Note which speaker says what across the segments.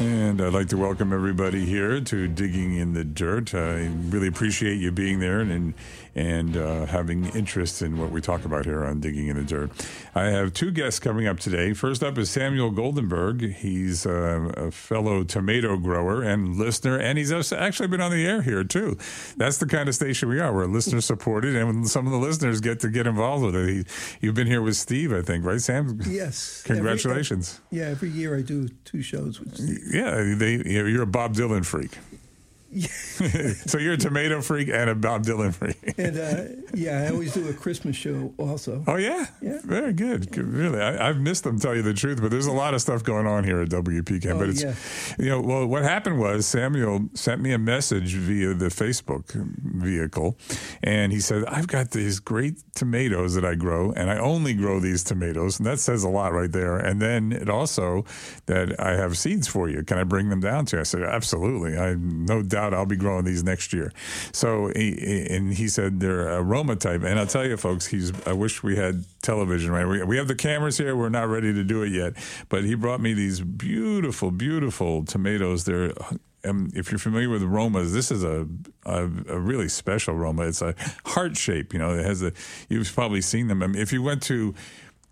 Speaker 1: And I'd like to welcome everybody here to Digging in the Dirt. I really appreciate you being there and and uh, having interest in what we talk about here on Digging in the Dirt. I have two guests coming up today. First up is Samuel Goldenberg. He's uh, a fellow tomato grower and listener, and he's also actually been on the air here too. That's the kind of station we are. We're listener supported, and some of the listeners get to get involved with it. He, you've been here with Steve, I think, right, Sam?
Speaker 2: Yes. Every-
Speaker 1: Congratulations.
Speaker 2: yeah, every year I do two shows. With Steve.
Speaker 1: Yeah, they, you're you're a Bob Dylan freak. so you're a tomato freak and a Bob Dylan freak.
Speaker 2: and uh, yeah, I always do a Christmas show also.
Speaker 1: Oh yeah,
Speaker 2: Yeah.
Speaker 1: very good. Good, Really, I, I've missed them. Tell you the truth, but there's a lot of stuff going on here at WPK.
Speaker 2: Oh,
Speaker 1: but it's, you know, well, what happened was Samuel sent me a message via the Facebook vehicle, and he said, "I've got these great tomatoes that I grow, and I only grow these tomatoes, and that says a lot right there." And then it also that I have seeds for you. Can I bring them down to? you? I said, "Absolutely. I no doubt I'll be growing these next year." So, he, and he said they're aroma type, and I'll tell you, folks, he's. I wish we had television, right? We, we have the cameras here. We're not ready to do it yet, but he brought me these beautiful, beautiful tomatoes. They're. Um, if you're familiar with aromas, this is a, a a really special aroma. It's a heart shape. You know, it has a. You've probably seen them. I mean, if you went to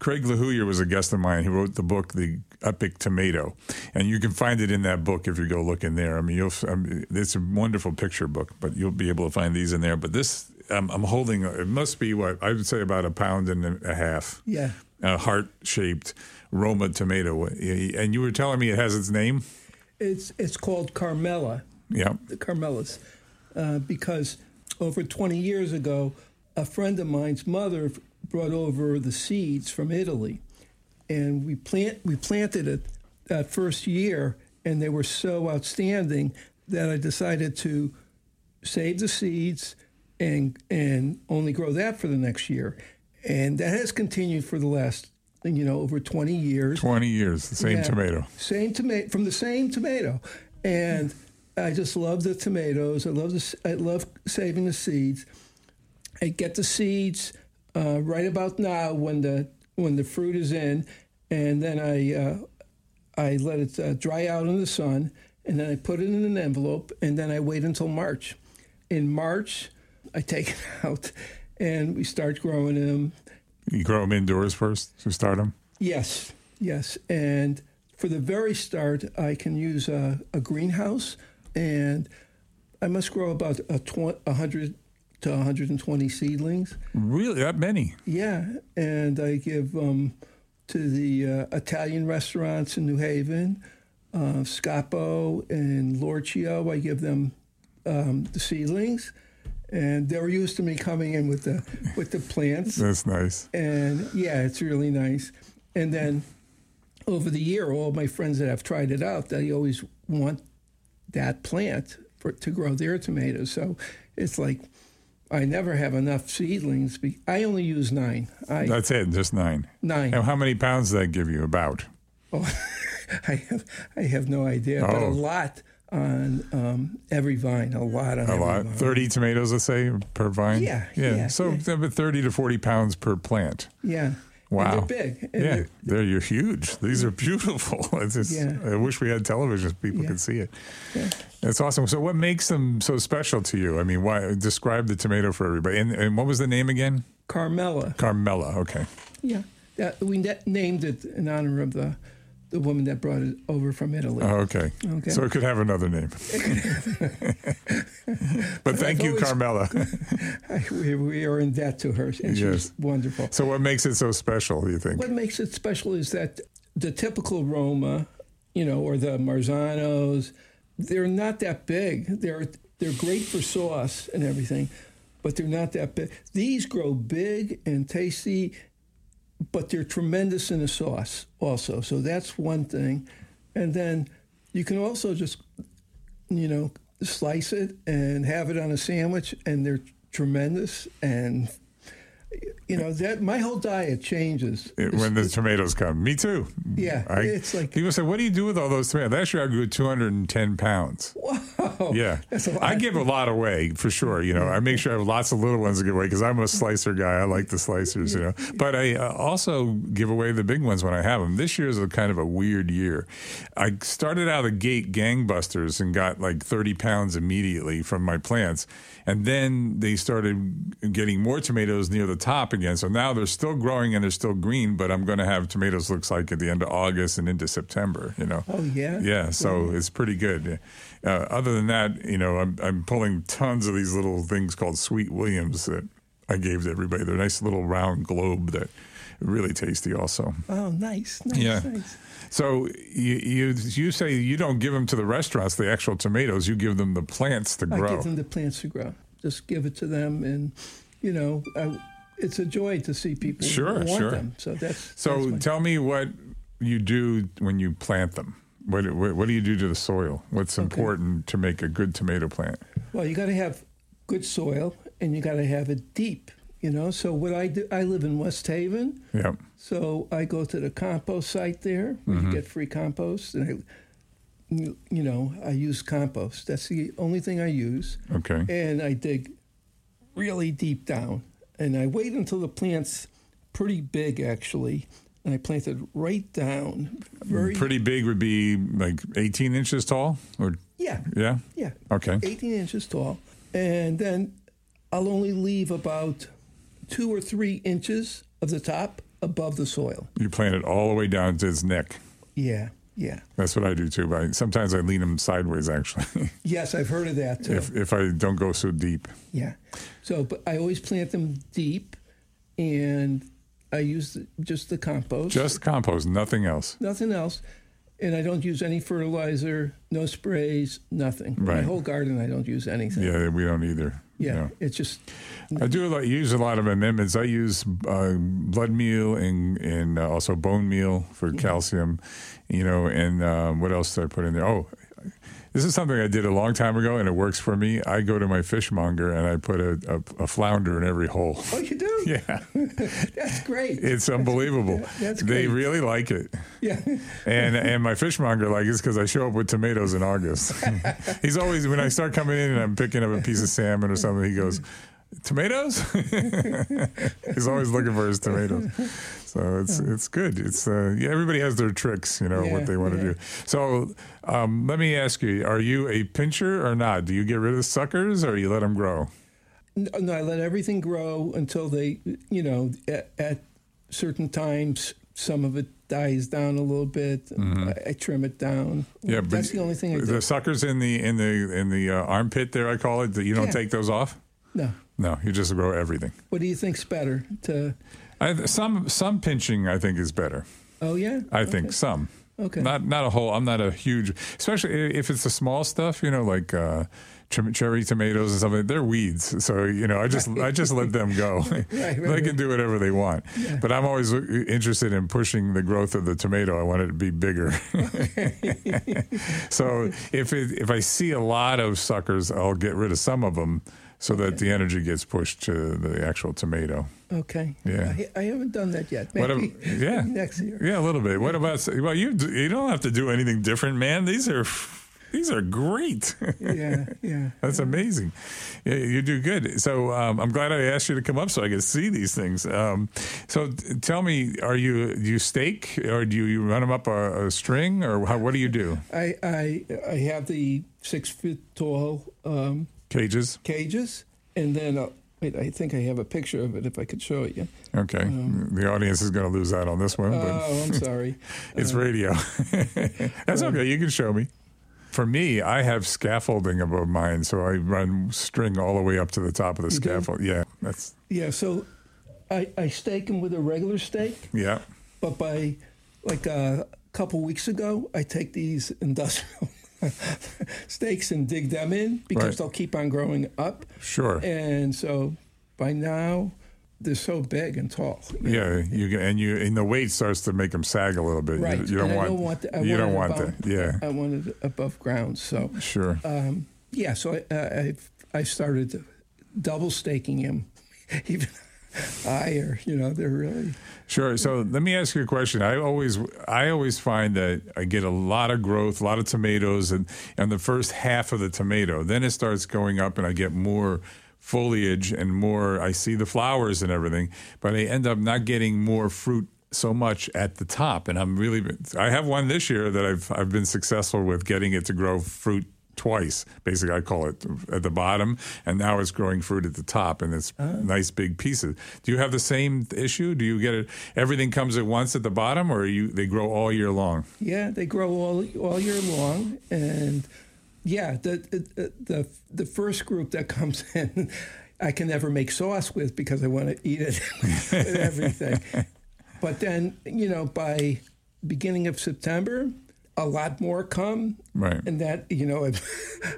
Speaker 1: Craig LaHoyer was a guest of mine. He wrote the book, The Epic Tomato, and you can find it in that book if you go look in there. I mean, you'll I mean, it's a wonderful picture book, but you'll be able to find these in there. But this, um, I'm, I'm holding. It must be what I would say about a pound and a half.
Speaker 2: Yeah.
Speaker 1: A heart-shaped Roma tomato, and you were telling me it has its name.
Speaker 2: It's it's called Carmela,
Speaker 1: Yeah.
Speaker 2: the Carmelas, uh, because over 20 years ago, a friend of mine's mother brought over the seeds from Italy, and we plant we planted it that first year, and they were so outstanding that I decided to save the seeds and and only grow that for the next year, and that has continued for the last you know over 20 years.
Speaker 1: 20 years, the same
Speaker 2: Yeah.
Speaker 1: tomato.
Speaker 2: Same tomato from the same tomato, and I just love the tomatoes. I love the s- I love saving the seeds. I get the seeds uh, right about now when the when the fruit is in, and then I uh, I let it uh, dry out in the sun, and then I put it in an envelope, and then I wait until March. In March, I take it out, and we start growing them.
Speaker 1: You grow them indoors first to start them.
Speaker 2: Yes, yes. And for the very start, I can use a, a greenhouse, and I must grow about a tw- 100 to 120 seedlings.
Speaker 1: Really, that many?
Speaker 2: Yeah, and I give um, to the uh, Italian restaurants in New Haven, uh, Scapo and Lorchio. I give them um, the seedlings, and they're used to me coming in with the with the plants
Speaker 1: That's nice.
Speaker 2: and yeah, it's really nice. And then over the year, all my friends that have tried it out, they always want that plant for to grow their tomatoes. So it's like I never have enough seedlings. Be, I only use nine. I
Speaker 1: That's it, just nine.
Speaker 2: nine.
Speaker 1: And how many pounds does that give you? About.
Speaker 2: I have I have no idea, but
Speaker 1: Oh.
Speaker 2: a lot on um, every vine. A lot on
Speaker 1: a
Speaker 2: every
Speaker 1: lot.
Speaker 2: vine.
Speaker 1: Thirty tomatoes, let's say, per vine.
Speaker 2: Yeah,
Speaker 1: yeah.
Speaker 2: yeah,
Speaker 1: so
Speaker 2: yeah.
Speaker 1: about thirty to forty pounds per plant.
Speaker 2: Yeah.
Speaker 1: Wow.
Speaker 2: And they're big. And
Speaker 1: yeah,
Speaker 2: they're-
Speaker 1: they're, you're huge. These are beautiful. It's just,
Speaker 2: Yeah.
Speaker 1: I wish we had television; so people
Speaker 2: Yeah.
Speaker 1: could see it. That's awesome. So, what makes them so special to you? I mean, why describe the tomato for everybody? And, and what was the name again?
Speaker 2: Carmela.
Speaker 1: Carmela. Okay.
Speaker 2: Yeah, that, we na- named it in honor of the the woman that brought it over from Italy.
Speaker 1: Oh, okay.
Speaker 2: Okay.
Speaker 1: So it could have another name. but thank you,
Speaker 2: always-
Speaker 1: Carmela.
Speaker 2: I, we, we are in debt to her,
Speaker 1: Yes.
Speaker 2: and she's wonderful.
Speaker 1: so, what makes it so special? Do you think?
Speaker 2: What makes it special is that the typical Roma, you know, or the Marzanos, they're not that big. They're they're great for sauce and everything, but they're not that big. These grow big and tasty, but they're tremendous in the sauce also. So that's one thing, and then you can also just, you know, slice it and have it on a sandwich, and they're tremendous and you know that my whole diet changes.
Speaker 1: It- eh, when the tomatoes come. Me too.
Speaker 2: Yeah,
Speaker 1: I,
Speaker 2: it's like-
Speaker 1: people say, "What do you do with all those tomatoes?" Last year, I grew 210 pounds.
Speaker 2: Wow,
Speaker 1: yeah,
Speaker 2: Oh, that's a lot.
Speaker 1: I give a lot away for sure. You know, I make sure I have lots of little ones to give away because I'm a slicer guy. I like the slicers, you know. But I uh, also give away the big ones when I have them. This year is a kind of a weird year. I started out of the gate gangbusters and got like 30 pounds immediately from my plants, and then they started getting more tomatoes near the top again. So now they're still growing and they're still green, but I'm going to have tomatoes looks like at the end of August and into September. You know.
Speaker 2: Oh, yeah?
Speaker 1: Yeah. So it's pretty good. Uh, other than that, you know, I'm, I'm pulling tons of these little things called Sweet Williams that I gave to everybody. They're a nice little round globe that really tasty also.
Speaker 2: Oh, nice, nice,
Speaker 1: Yeah.
Speaker 2: nice.
Speaker 1: So you, you you say you don't give them to the restaurants, the actual tomatoes. You give them the plants to
Speaker 2: I
Speaker 1: grow.
Speaker 2: give them the plants to grow. Just give it to them, and you know, I, it's a joy to see people
Speaker 1: Sure,
Speaker 2: want
Speaker 1: sure.
Speaker 2: them. So that's that's
Speaker 1: so
Speaker 2: my-
Speaker 1: tell me what you do when you plant them. What, what, what do you do to the soil? What's important to make a good tomato plant?
Speaker 2: Well, you got to have good soil, and you got to have it deep. You know, so what I do, I live in West Haven,
Speaker 1: Yeah.
Speaker 2: so I go to the compost site there. Where You get free compost, and I, you you know, I use compost. That's the only thing I use,
Speaker 1: Okay.
Speaker 2: and I dig really deep down, and I wait until the plant's pretty big, actually, and I plant it right down, very
Speaker 1: pretty big would be like 18 inches tall or
Speaker 2: yeah,
Speaker 1: yeah
Speaker 2: yeah,
Speaker 1: okay
Speaker 2: 18 inches tall. And then I'll only leave about two or three inches of the top above the soil.
Speaker 1: you plant it all the way down to its neck
Speaker 2: Yeah, yeah.
Speaker 1: that's what i do too but I, sometimes i lean them sideways actually
Speaker 2: Yes, I've heard of that too.
Speaker 1: if, if i don't go so deep
Speaker 2: Yeah. So, but I always plant them deep and I use the, just the compost,
Speaker 1: just compost nothing else
Speaker 2: nothing else. And I don't use any fertilizer, no sprays, nothing. My
Speaker 1: Right.
Speaker 2: whole garden, I don't use anything.
Speaker 1: yeah we don't either
Speaker 2: Yeah,
Speaker 1: No.
Speaker 2: it's just
Speaker 1: I do a lot, use a lot of amendments. I use uh, blood meal and and uh, also bone meal for calcium, you know. And um, what else did I put in there? Oh, this is something I did a long time ago, and it works for me. I go to my fishmonger and I put a, a, a flounder in every hole.
Speaker 2: oh, you do?
Speaker 1: Yeah,
Speaker 2: That's great.
Speaker 1: it's unbelievable.
Speaker 2: That's
Speaker 1: they
Speaker 2: great.
Speaker 1: really like it.
Speaker 2: yeah.
Speaker 1: And and my fishmonger like it's because I show up with tomatoes in August. He's always when I start coming in and I'm picking up a piece of salmon or something. He goes, tomatoes. He's always looking for his tomatoes. So it's it's good. It's uh, yeah, everybody has their tricks, you know,
Speaker 2: Yeah,
Speaker 1: what they want to
Speaker 2: yeah.
Speaker 1: do. So um, let me ask you: Are you a pincher or not? Do you get rid of the suckers or you let them grow?
Speaker 2: No, no, I let everything grow until they, you know, at, at certain times, some of it dies down a little bit. I, I trim it down.
Speaker 1: Mm-hmm. Yeah, but
Speaker 2: that's the only thing I do.
Speaker 1: The suckers in the in the in the uh, armpit there, I call it. That you don't
Speaker 2: Yeah.
Speaker 1: take those off.
Speaker 2: No.
Speaker 1: No, you just grow everything.
Speaker 2: What do you think's better? To
Speaker 1: I, some some pinching I think is better.
Speaker 2: oh yeah,
Speaker 1: I think some.
Speaker 2: Okay.
Speaker 1: Not not a whole. I'm not a huge, especially i- if it's the small stuff. You know, like uh, tr- cherry tomatoes and something. They're weeds, so you know, I just I just let them go.
Speaker 2: right,
Speaker 1: they can do whatever they want. But I'm always uh, interested in pushing the growth of the tomato. I want it to be bigger. so if it, if I see a lot of suckers, I'll get rid of some of them so that the energy gets pushed to the actual tomato.
Speaker 2: okay.
Speaker 1: Yeah.
Speaker 2: I, I haven't done that yet.
Speaker 1: What
Speaker 2: Maybe
Speaker 1: ab- yeah.
Speaker 2: next year.
Speaker 1: Yeah, a little bit. What about? Well, you d- you don't have to do anything different, man. These are these are great.
Speaker 2: Yeah, yeah.
Speaker 1: That's amazing. Yeah, you do good. So um, I'm glad I asked you to come up so I could see these things. Um, so t- tell me, are you do you stake or do you, you run them up a, a string or how, what do you do?
Speaker 2: I I I have the six foot tall um,
Speaker 1: Cages.
Speaker 2: cages, and then i wait. I think I have a picture of it. If I could show it you.
Speaker 1: Okay, the audience is going to lose out on this one, but
Speaker 2: Oh, I'm sorry.
Speaker 1: It's radio. That's okay. You can show me. For me, I have scaffolding above mine, so I run string all the way up to the top of the scaffold. Yeah, that's
Speaker 2: Yeah, so I, I stake them with a regular stake,
Speaker 1: yeah.
Speaker 2: but by like a couple weeks ago, I take these industrial stakes and dig them in because
Speaker 1: Right.
Speaker 2: they'll keep on growing up.
Speaker 1: Sure.
Speaker 2: And so by now, they're so big and tall.
Speaker 1: yeah, you can, and you and the weight starts to make them sag a little bit.
Speaker 2: Right.
Speaker 1: You, you don't
Speaker 2: and
Speaker 1: want.
Speaker 2: I don't want that. I
Speaker 1: you
Speaker 2: want
Speaker 1: don't
Speaker 2: it
Speaker 1: want
Speaker 2: above-
Speaker 1: that. Yeah.
Speaker 2: I want it above ground. So,
Speaker 1: Sure.
Speaker 2: um, uh, yeah, so I, I, I've, I started double staking him. Even higher. You know, they're really
Speaker 1: Sure. So let me ask you a question. I always I always find that I get a lot of growth, a lot of tomatoes, and and the first half of the tomato. Then it starts going up, and I get more foliage and more. I see the flowers and everything, but I end up not getting more fruit so much at the top. And I'm really I have one this year that I've I've been successful with getting it to grow fruit twice. Basically, I call it at the bottom, and now it's growing fruit at the top, and it's nice big pieces. Do you have the same issue? Do you get it? Everything comes at once at the bottom, or you they grow all year long?
Speaker 2: yeah. They grow all all year long, and yeah, the the the, the first group that comes in. I can never make sauce with because I want to eat it with everything. But then, you know, by beginning of September, a lot more come.
Speaker 1: Right.
Speaker 2: And that, you know, I've,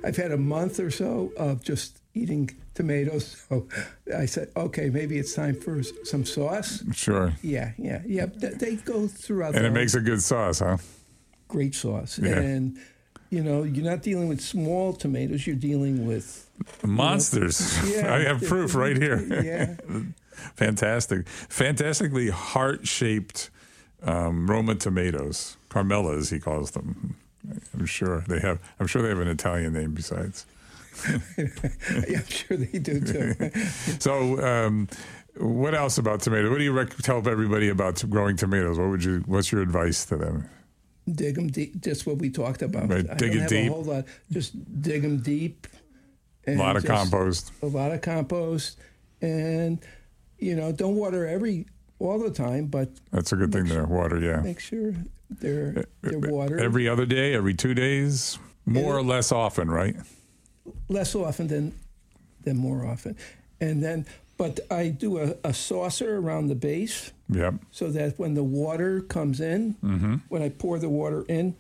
Speaker 2: I've had a month or so of just eating tomatoes. So I said, okay, maybe it's time for s- some sauce.
Speaker 1: Sure.
Speaker 2: Yeah, yeah, yeah. Th- They go throughout.
Speaker 1: Mm. And it
Speaker 2: the-
Speaker 1: makes a good sauce, huh?
Speaker 2: great sauce.
Speaker 1: Yeah.
Speaker 2: And, you know, you're not dealing with small tomatoes. You're dealing with,
Speaker 1: Monsters.
Speaker 2: Yeah.
Speaker 1: I have proof right here.
Speaker 2: yeah,
Speaker 1: Fantastic. Fantastically heart shaped um, Roma tomatoes. Carmelas, he calls them. I'm sure they have. I'm sure they have an Italian name besides.
Speaker 2: yeah, I'm sure they do too.
Speaker 1: So, um, what else about tomatoes? What do you rec- tell everybody about t- growing tomatoes? What would you? What's your advice to them?
Speaker 2: dig them deep. That's what we talked about.
Speaker 1: Right,
Speaker 2: I
Speaker 1: dig
Speaker 2: don't
Speaker 1: it
Speaker 2: have
Speaker 1: deep.
Speaker 2: A whole lot. Just dig them deep.
Speaker 1: A
Speaker 2: And
Speaker 1: lot of
Speaker 2: just
Speaker 1: compost.
Speaker 2: A lot of compost, and you know, don't water every all the time, but
Speaker 1: That's a good thing. There, water. Yeah.
Speaker 2: make sure they're they're watered
Speaker 1: E-, Every other day, every two days, more or less often, right?
Speaker 2: less often than than more often, and then. But I do a, a saucer around the base
Speaker 1: Yep.
Speaker 2: so that when the water comes in,
Speaker 1: Mm-hmm.
Speaker 2: when I pour the water in,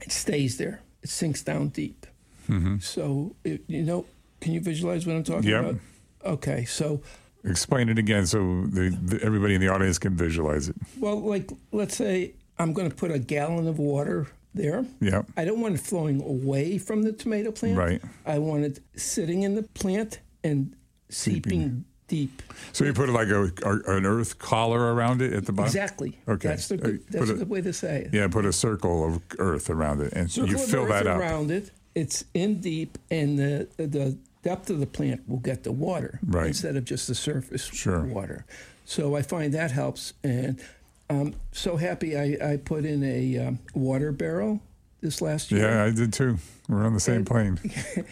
Speaker 2: it stays there. It sinks down deep.
Speaker 1: Mm-hmm.
Speaker 2: So, it, you know, can you visualize what I'm talking
Speaker 1: Yep.
Speaker 2: about? Okay. So,
Speaker 1: Explain it again so the, the, everybody in the audience can visualize it.
Speaker 2: well, like, let's say I'm going to put a gallon of water there.
Speaker 1: Yep.
Speaker 2: I don't want it flowing away from the tomato plant.
Speaker 1: Right.
Speaker 2: I want it sitting in the plant and seeping, deep.
Speaker 1: So you put like a, a an earth collar around it at the bottom.
Speaker 2: Exactly.
Speaker 1: Okay.
Speaker 2: That's the
Speaker 1: Uh,
Speaker 2: good, that's
Speaker 1: put a-
Speaker 2: the way to say it.
Speaker 1: Yeah, put a circle of earth around it, and
Speaker 2: Circle
Speaker 1: you
Speaker 2: of
Speaker 1: fill
Speaker 2: earth
Speaker 1: that up.
Speaker 2: around it. It's in deep, and the the depth of the plant will get the water
Speaker 1: Right.
Speaker 2: instead of just the surface
Speaker 1: Sure.
Speaker 2: water. So I find that helps, and I'm so happy I, I put in a um, water barrel this last year,
Speaker 1: Yeah, I did too. We're on the same plane.
Speaker 2: and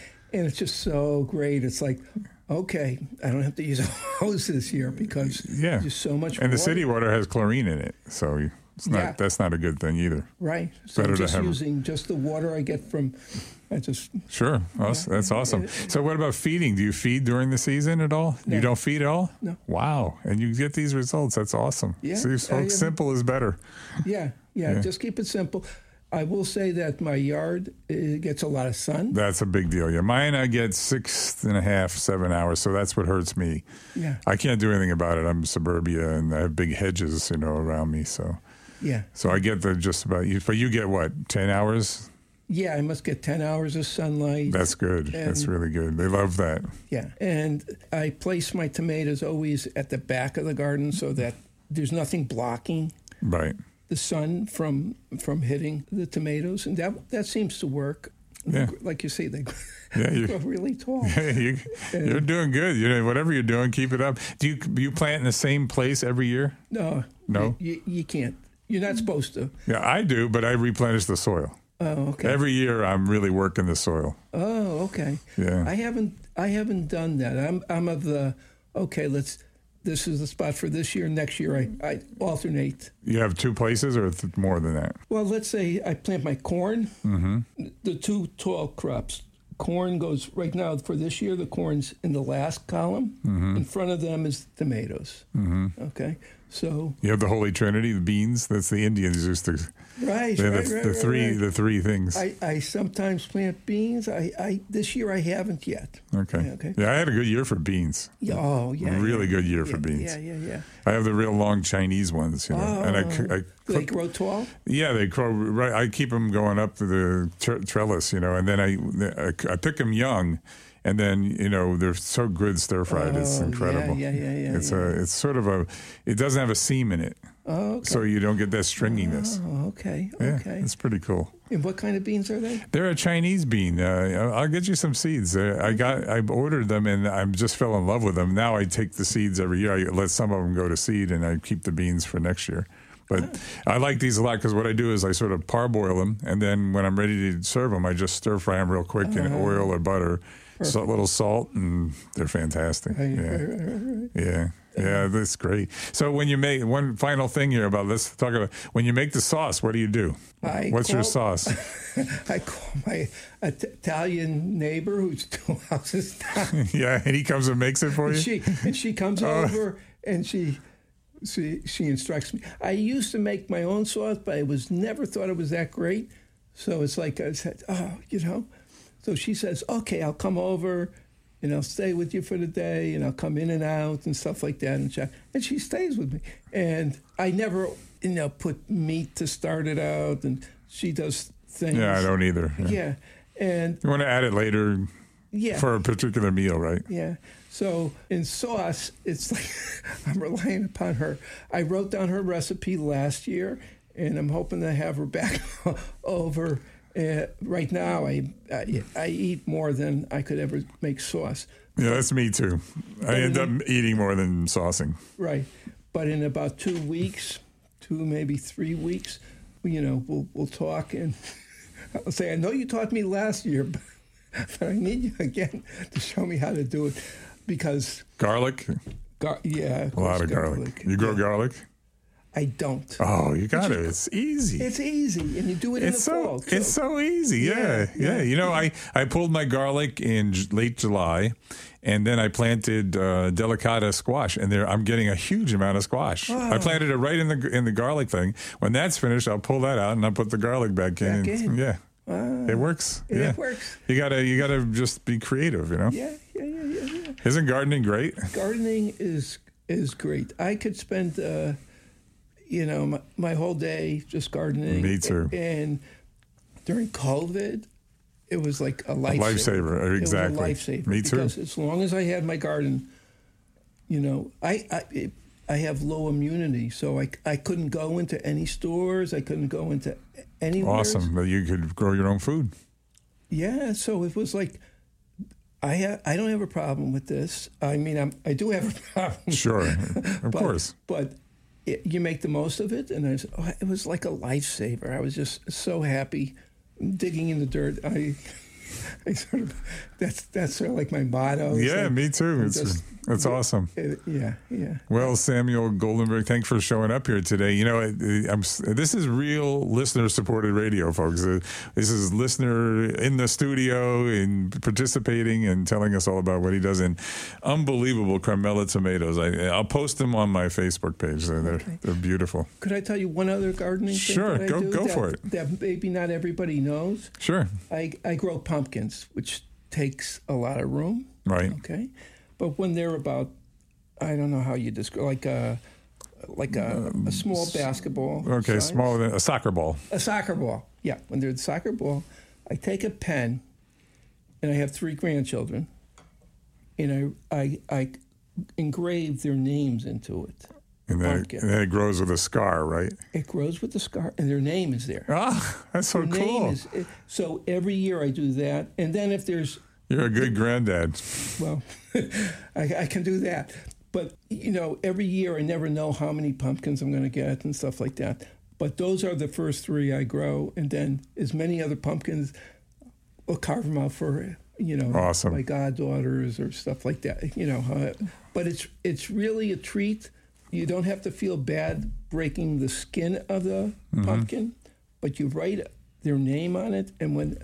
Speaker 2: it's just so great. It's like, okay, I don't have to use a hose this year because
Speaker 1: Yeah.
Speaker 2: there's so much.
Speaker 1: And the
Speaker 2: water.
Speaker 1: city water has chlorine in it, so you- it's not
Speaker 2: Yeah.
Speaker 1: that's not a good thing either.
Speaker 2: right? So
Speaker 1: Better
Speaker 2: I'm
Speaker 1: to
Speaker 2: just
Speaker 1: have-
Speaker 2: using just the water I get from. I just
Speaker 1: Sure, awesome. that's awesome. So, what about feeding? Do you feed during the season at all? You don't feed at all?
Speaker 2: No.
Speaker 1: Wow, and you get these results. That's awesome.
Speaker 2: Yeah,
Speaker 1: See,
Speaker 2: I, um,
Speaker 1: folks, simple is better.
Speaker 2: Yeah, yeah, Just keep it simple. I will say that my yard it gets a lot of sun.
Speaker 1: That's a big deal. Yeah, mine I get six and a half, seven hours, so that's what hurts me.
Speaker 2: Yeah.
Speaker 1: I can't do anything about it. I'm suburbia, and I have big hedges, you know, around me. So,
Speaker 2: Yeah,
Speaker 1: so I get the just about you. But you get what ten hours?
Speaker 2: yeah. I must get ten hours of sunlight.
Speaker 1: That's good. that's
Speaker 2: And-
Speaker 1: really good. They love that.
Speaker 2: yeah, and I place my tomatoes always at the back of the garden so that there's nothing blocking
Speaker 1: Right.
Speaker 2: the sun from from hitting the tomatoes, and that that seems to work. They
Speaker 1: Yeah.
Speaker 2: gr- Like you see, they gr-
Speaker 1: Yeah, you-
Speaker 2: grow really tall.
Speaker 1: you, you're doing good. You know, whatever you're doing, keep it up. Do you you plant in the same place every year?
Speaker 2: No,
Speaker 1: No?
Speaker 2: you, you can't. You're not supposed to.
Speaker 1: Yeah, I do, but I replenish the soil
Speaker 2: Oh, okay.
Speaker 1: every year. I'm really working the soil.
Speaker 2: Oh, okay.
Speaker 1: Yeah.
Speaker 2: I haven't I haven't done that. I'm I'm of the okay, let's this is the spot for this year, next year I, I alternate.
Speaker 1: You have two places, or th- more than that?
Speaker 2: Well, let's say I plant my corn. Mm-hmm. The two tall crops. Corn goes right now for this year. The corn's in the last column. In front of them is tomatoes. Mm-hmm. Okay, so
Speaker 1: You have the Holy Trinity, the beans. That's the Indians used to
Speaker 2: Right,
Speaker 1: They're
Speaker 2: right,
Speaker 1: the,
Speaker 2: right,
Speaker 1: the
Speaker 2: right,
Speaker 1: three
Speaker 2: right.
Speaker 1: the three things.
Speaker 2: I, I sometimes plant beans. I, I this year I haven't yet.
Speaker 1: okay.
Speaker 2: Yeah, okay.
Speaker 1: Yeah, I had a good year for beans.
Speaker 2: Yeah, oh yeah.
Speaker 1: really
Speaker 2: yeah,
Speaker 1: good year
Speaker 2: yeah,
Speaker 1: for beans.
Speaker 2: Yeah, yeah, yeah.
Speaker 1: I have the real long Chinese ones, you know, and I, c- I
Speaker 2: Do they
Speaker 1: cook-
Speaker 2: grow tall?
Speaker 1: yeah, they grow right. I keep them going up to the tre- trellis, you know, and then I, I I pick them young, and then you know they're so good stir fried. it's
Speaker 2: Oh, yeah,
Speaker 1: incredible.
Speaker 2: yeah, yeah, yeah,
Speaker 1: It's a it's sort of a it doesn't have a seam in it,
Speaker 2: Oh, okay.
Speaker 1: so you don't get that stringiness.
Speaker 2: Oh, okay,
Speaker 1: Yeah,
Speaker 2: okay.
Speaker 1: it's pretty cool.
Speaker 2: And what kind of beans are they?
Speaker 1: They're a Chinese bean. Uh, I'll get you some seeds. Uh, I got, I ordered them, and I just fell in love with them. Now I take the seeds every year. I let some of them go to seed, and I keep the beans for next year. But I like these a lot because what I do is I sort of parboil them, and then when I'm ready to serve them, I just stir fry them real quick in oil or butter, so a little salt, and they're fantastic.
Speaker 2: Right,
Speaker 1: yeah.
Speaker 2: right, right, right, right.
Speaker 1: Yeah. Yeah, that's great. So when you make one final thing here about let's talk about when you make the sauce, what do you do?
Speaker 2: I
Speaker 1: What's your
Speaker 2: call-
Speaker 1: sauce?
Speaker 2: I call my It- Italian neighbor who's two houses down.
Speaker 1: yeah, and he comes and makes it for you. Uh,
Speaker 2: And she and she comes over and she. She, she instructs me. I used to make my own sauce, but I was never thought it was that great. So it's like I said, oh, you know. So she says, okay, I'll come over and I'll stay with you for the day and I'll come in and out and stuff like that. And she, and she stays with me. And I never, you know, put meat to start it out. And she does things.
Speaker 1: yeah, I don't either. Yeah.
Speaker 2: Yeah. And
Speaker 1: You want to add it later
Speaker 2: yeah.
Speaker 1: for a particular meal, right?
Speaker 2: yeah. So in sauce, it's like I'm relying upon her. I wrote down her recipe last year, and I'm hoping to have her back over. Uh, right now, I, I I eat more than I could ever make sauce.
Speaker 1: Yeah, that's me too. I end up eating more than saucing.
Speaker 2: Right. But in about two weeks, two maybe three weeks, you know, we'll we'll talk and I'll say, I know you taught me last year, but, but I need you again to show me how to do it because
Speaker 1: Garlic,
Speaker 2: gar- yeah, of
Speaker 1: a lot of
Speaker 2: course,
Speaker 1: garlic. You grow garlic?
Speaker 2: I don't.
Speaker 1: Oh, you got it. It's easy.
Speaker 2: It's easy, and you do it in
Speaker 1: It's
Speaker 2: the
Speaker 1: so
Speaker 2: fall. too.
Speaker 1: it's so easy.
Speaker 2: Yeah,
Speaker 1: Yeah, yeah. You know, I I pulled my garlic in j- late July, and then I planted uh, delicata squash, and there I'm getting a huge amount of squash. I planted it right in the in the garlic thing. When that's finished, I'll pull that out and I'll put the garlic back in.
Speaker 2: Back in.
Speaker 1: Yeah. it works.
Speaker 2: It
Speaker 1: yeah.
Speaker 2: works.
Speaker 1: You gotta you gotta just be creative, you know.
Speaker 2: yeah, yeah, yeah, yeah, yeah.
Speaker 1: Isn't gardening great?
Speaker 2: gardening is is great. I could spend, uh, you know, my, my whole day just gardening.
Speaker 1: Me too.
Speaker 2: And during COVID, it was like a lifesaver.
Speaker 1: lifesaver, exactly.
Speaker 2: It was a lifesaver.
Speaker 1: Me too.
Speaker 2: Because as long as I had my garden, you know, I I. It, I have low immunity, so I, I couldn't go into any stores. I couldn't go into anywhere.
Speaker 1: Awesome that you could grow your own food.
Speaker 2: Yeah, so it was like, I ha- I don't have a problem with this. I mean, I'm, I do have a problem.
Speaker 1: Sure, of
Speaker 2: but,
Speaker 1: course.
Speaker 2: But it, you make the most of it, and I was, oh, it was like a lifesaver. I was just so happy digging in the dirt. I, I sort of that's that's sort of like my motto. It's
Speaker 1: Yeah,
Speaker 2: like-
Speaker 1: me too. It's
Speaker 2: just-
Speaker 1: it's awesome.
Speaker 2: it- yeah, yeah.
Speaker 1: Well, Samuel Goldenberg, thanks for showing up here today. You know, it- it- I'm, s- this is real listener supported radio, folks. Uh, This is listener in the studio and participating and telling us all about what he does. And unbelievable Carmela tomatoes. I, I'll post them on my Facebook page. They're, they're, they're beautiful.
Speaker 2: Could I tell you one other gardening thing?
Speaker 1: Sure,
Speaker 2: that I
Speaker 1: go-
Speaker 2: do
Speaker 1: go
Speaker 2: that-
Speaker 1: for it.
Speaker 2: That maybe not everybody knows.
Speaker 1: Sure.
Speaker 2: I I grow pumpkins, which takes a lot of room.
Speaker 1: Right.
Speaker 2: Okay, but when they're about, I don't know how you describe like a like a, a small basketball.
Speaker 1: Um, Okay.
Speaker 2: size.
Speaker 1: Smaller than a soccer ball.
Speaker 2: A soccer ball. Yeah, when they're the soccer ball, I take a pen, and I have three grandchildren, and I I I engrave their names into it.
Speaker 1: And then, it,
Speaker 2: Pumpkin.
Speaker 1: and then it grows with a scar, right?
Speaker 2: It grows with the scar, and their name is there.
Speaker 1: Ah, that's so
Speaker 2: Their name
Speaker 1: cool.
Speaker 2: is so every year I do that, and then if there's
Speaker 1: You're a good granddad.
Speaker 2: well, I, I can do that. But you know, every year I never know how many pumpkins I'm going to get and stuff like that. But those are the first three I grow, and then as many other pumpkins, I'll carve them out for you know
Speaker 1: Awesome.
Speaker 2: my goddaughters or stuff like that. You know, uh, but it's it's really a treat. You don't have to feel bad breaking the
Speaker 1: Mm-hmm.
Speaker 2: skin of the pumpkin, but you write their name on it, and when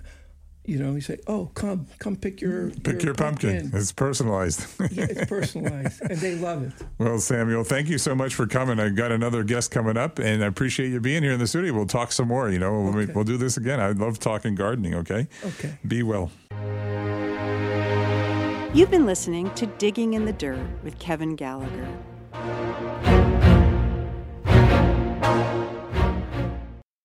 Speaker 2: You know, you say, "Oh, come, come pick your
Speaker 1: Pick your pumpkin. It's personalized.
Speaker 2: yeah, it's personalized, and they love it.
Speaker 1: well, Samuel, thank you so much for coming. I've got another guest coming up, and I appreciate you being here in the studio. We'll talk some more. You know, we'll,
Speaker 2: Okay.
Speaker 1: we'll do this again. I love talking gardening, okay?
Speaker 2: Okay.
Speaker 1: Be well.
Speaker 3: You've been listening to Digging in the Dirt with Kevin Gallagher.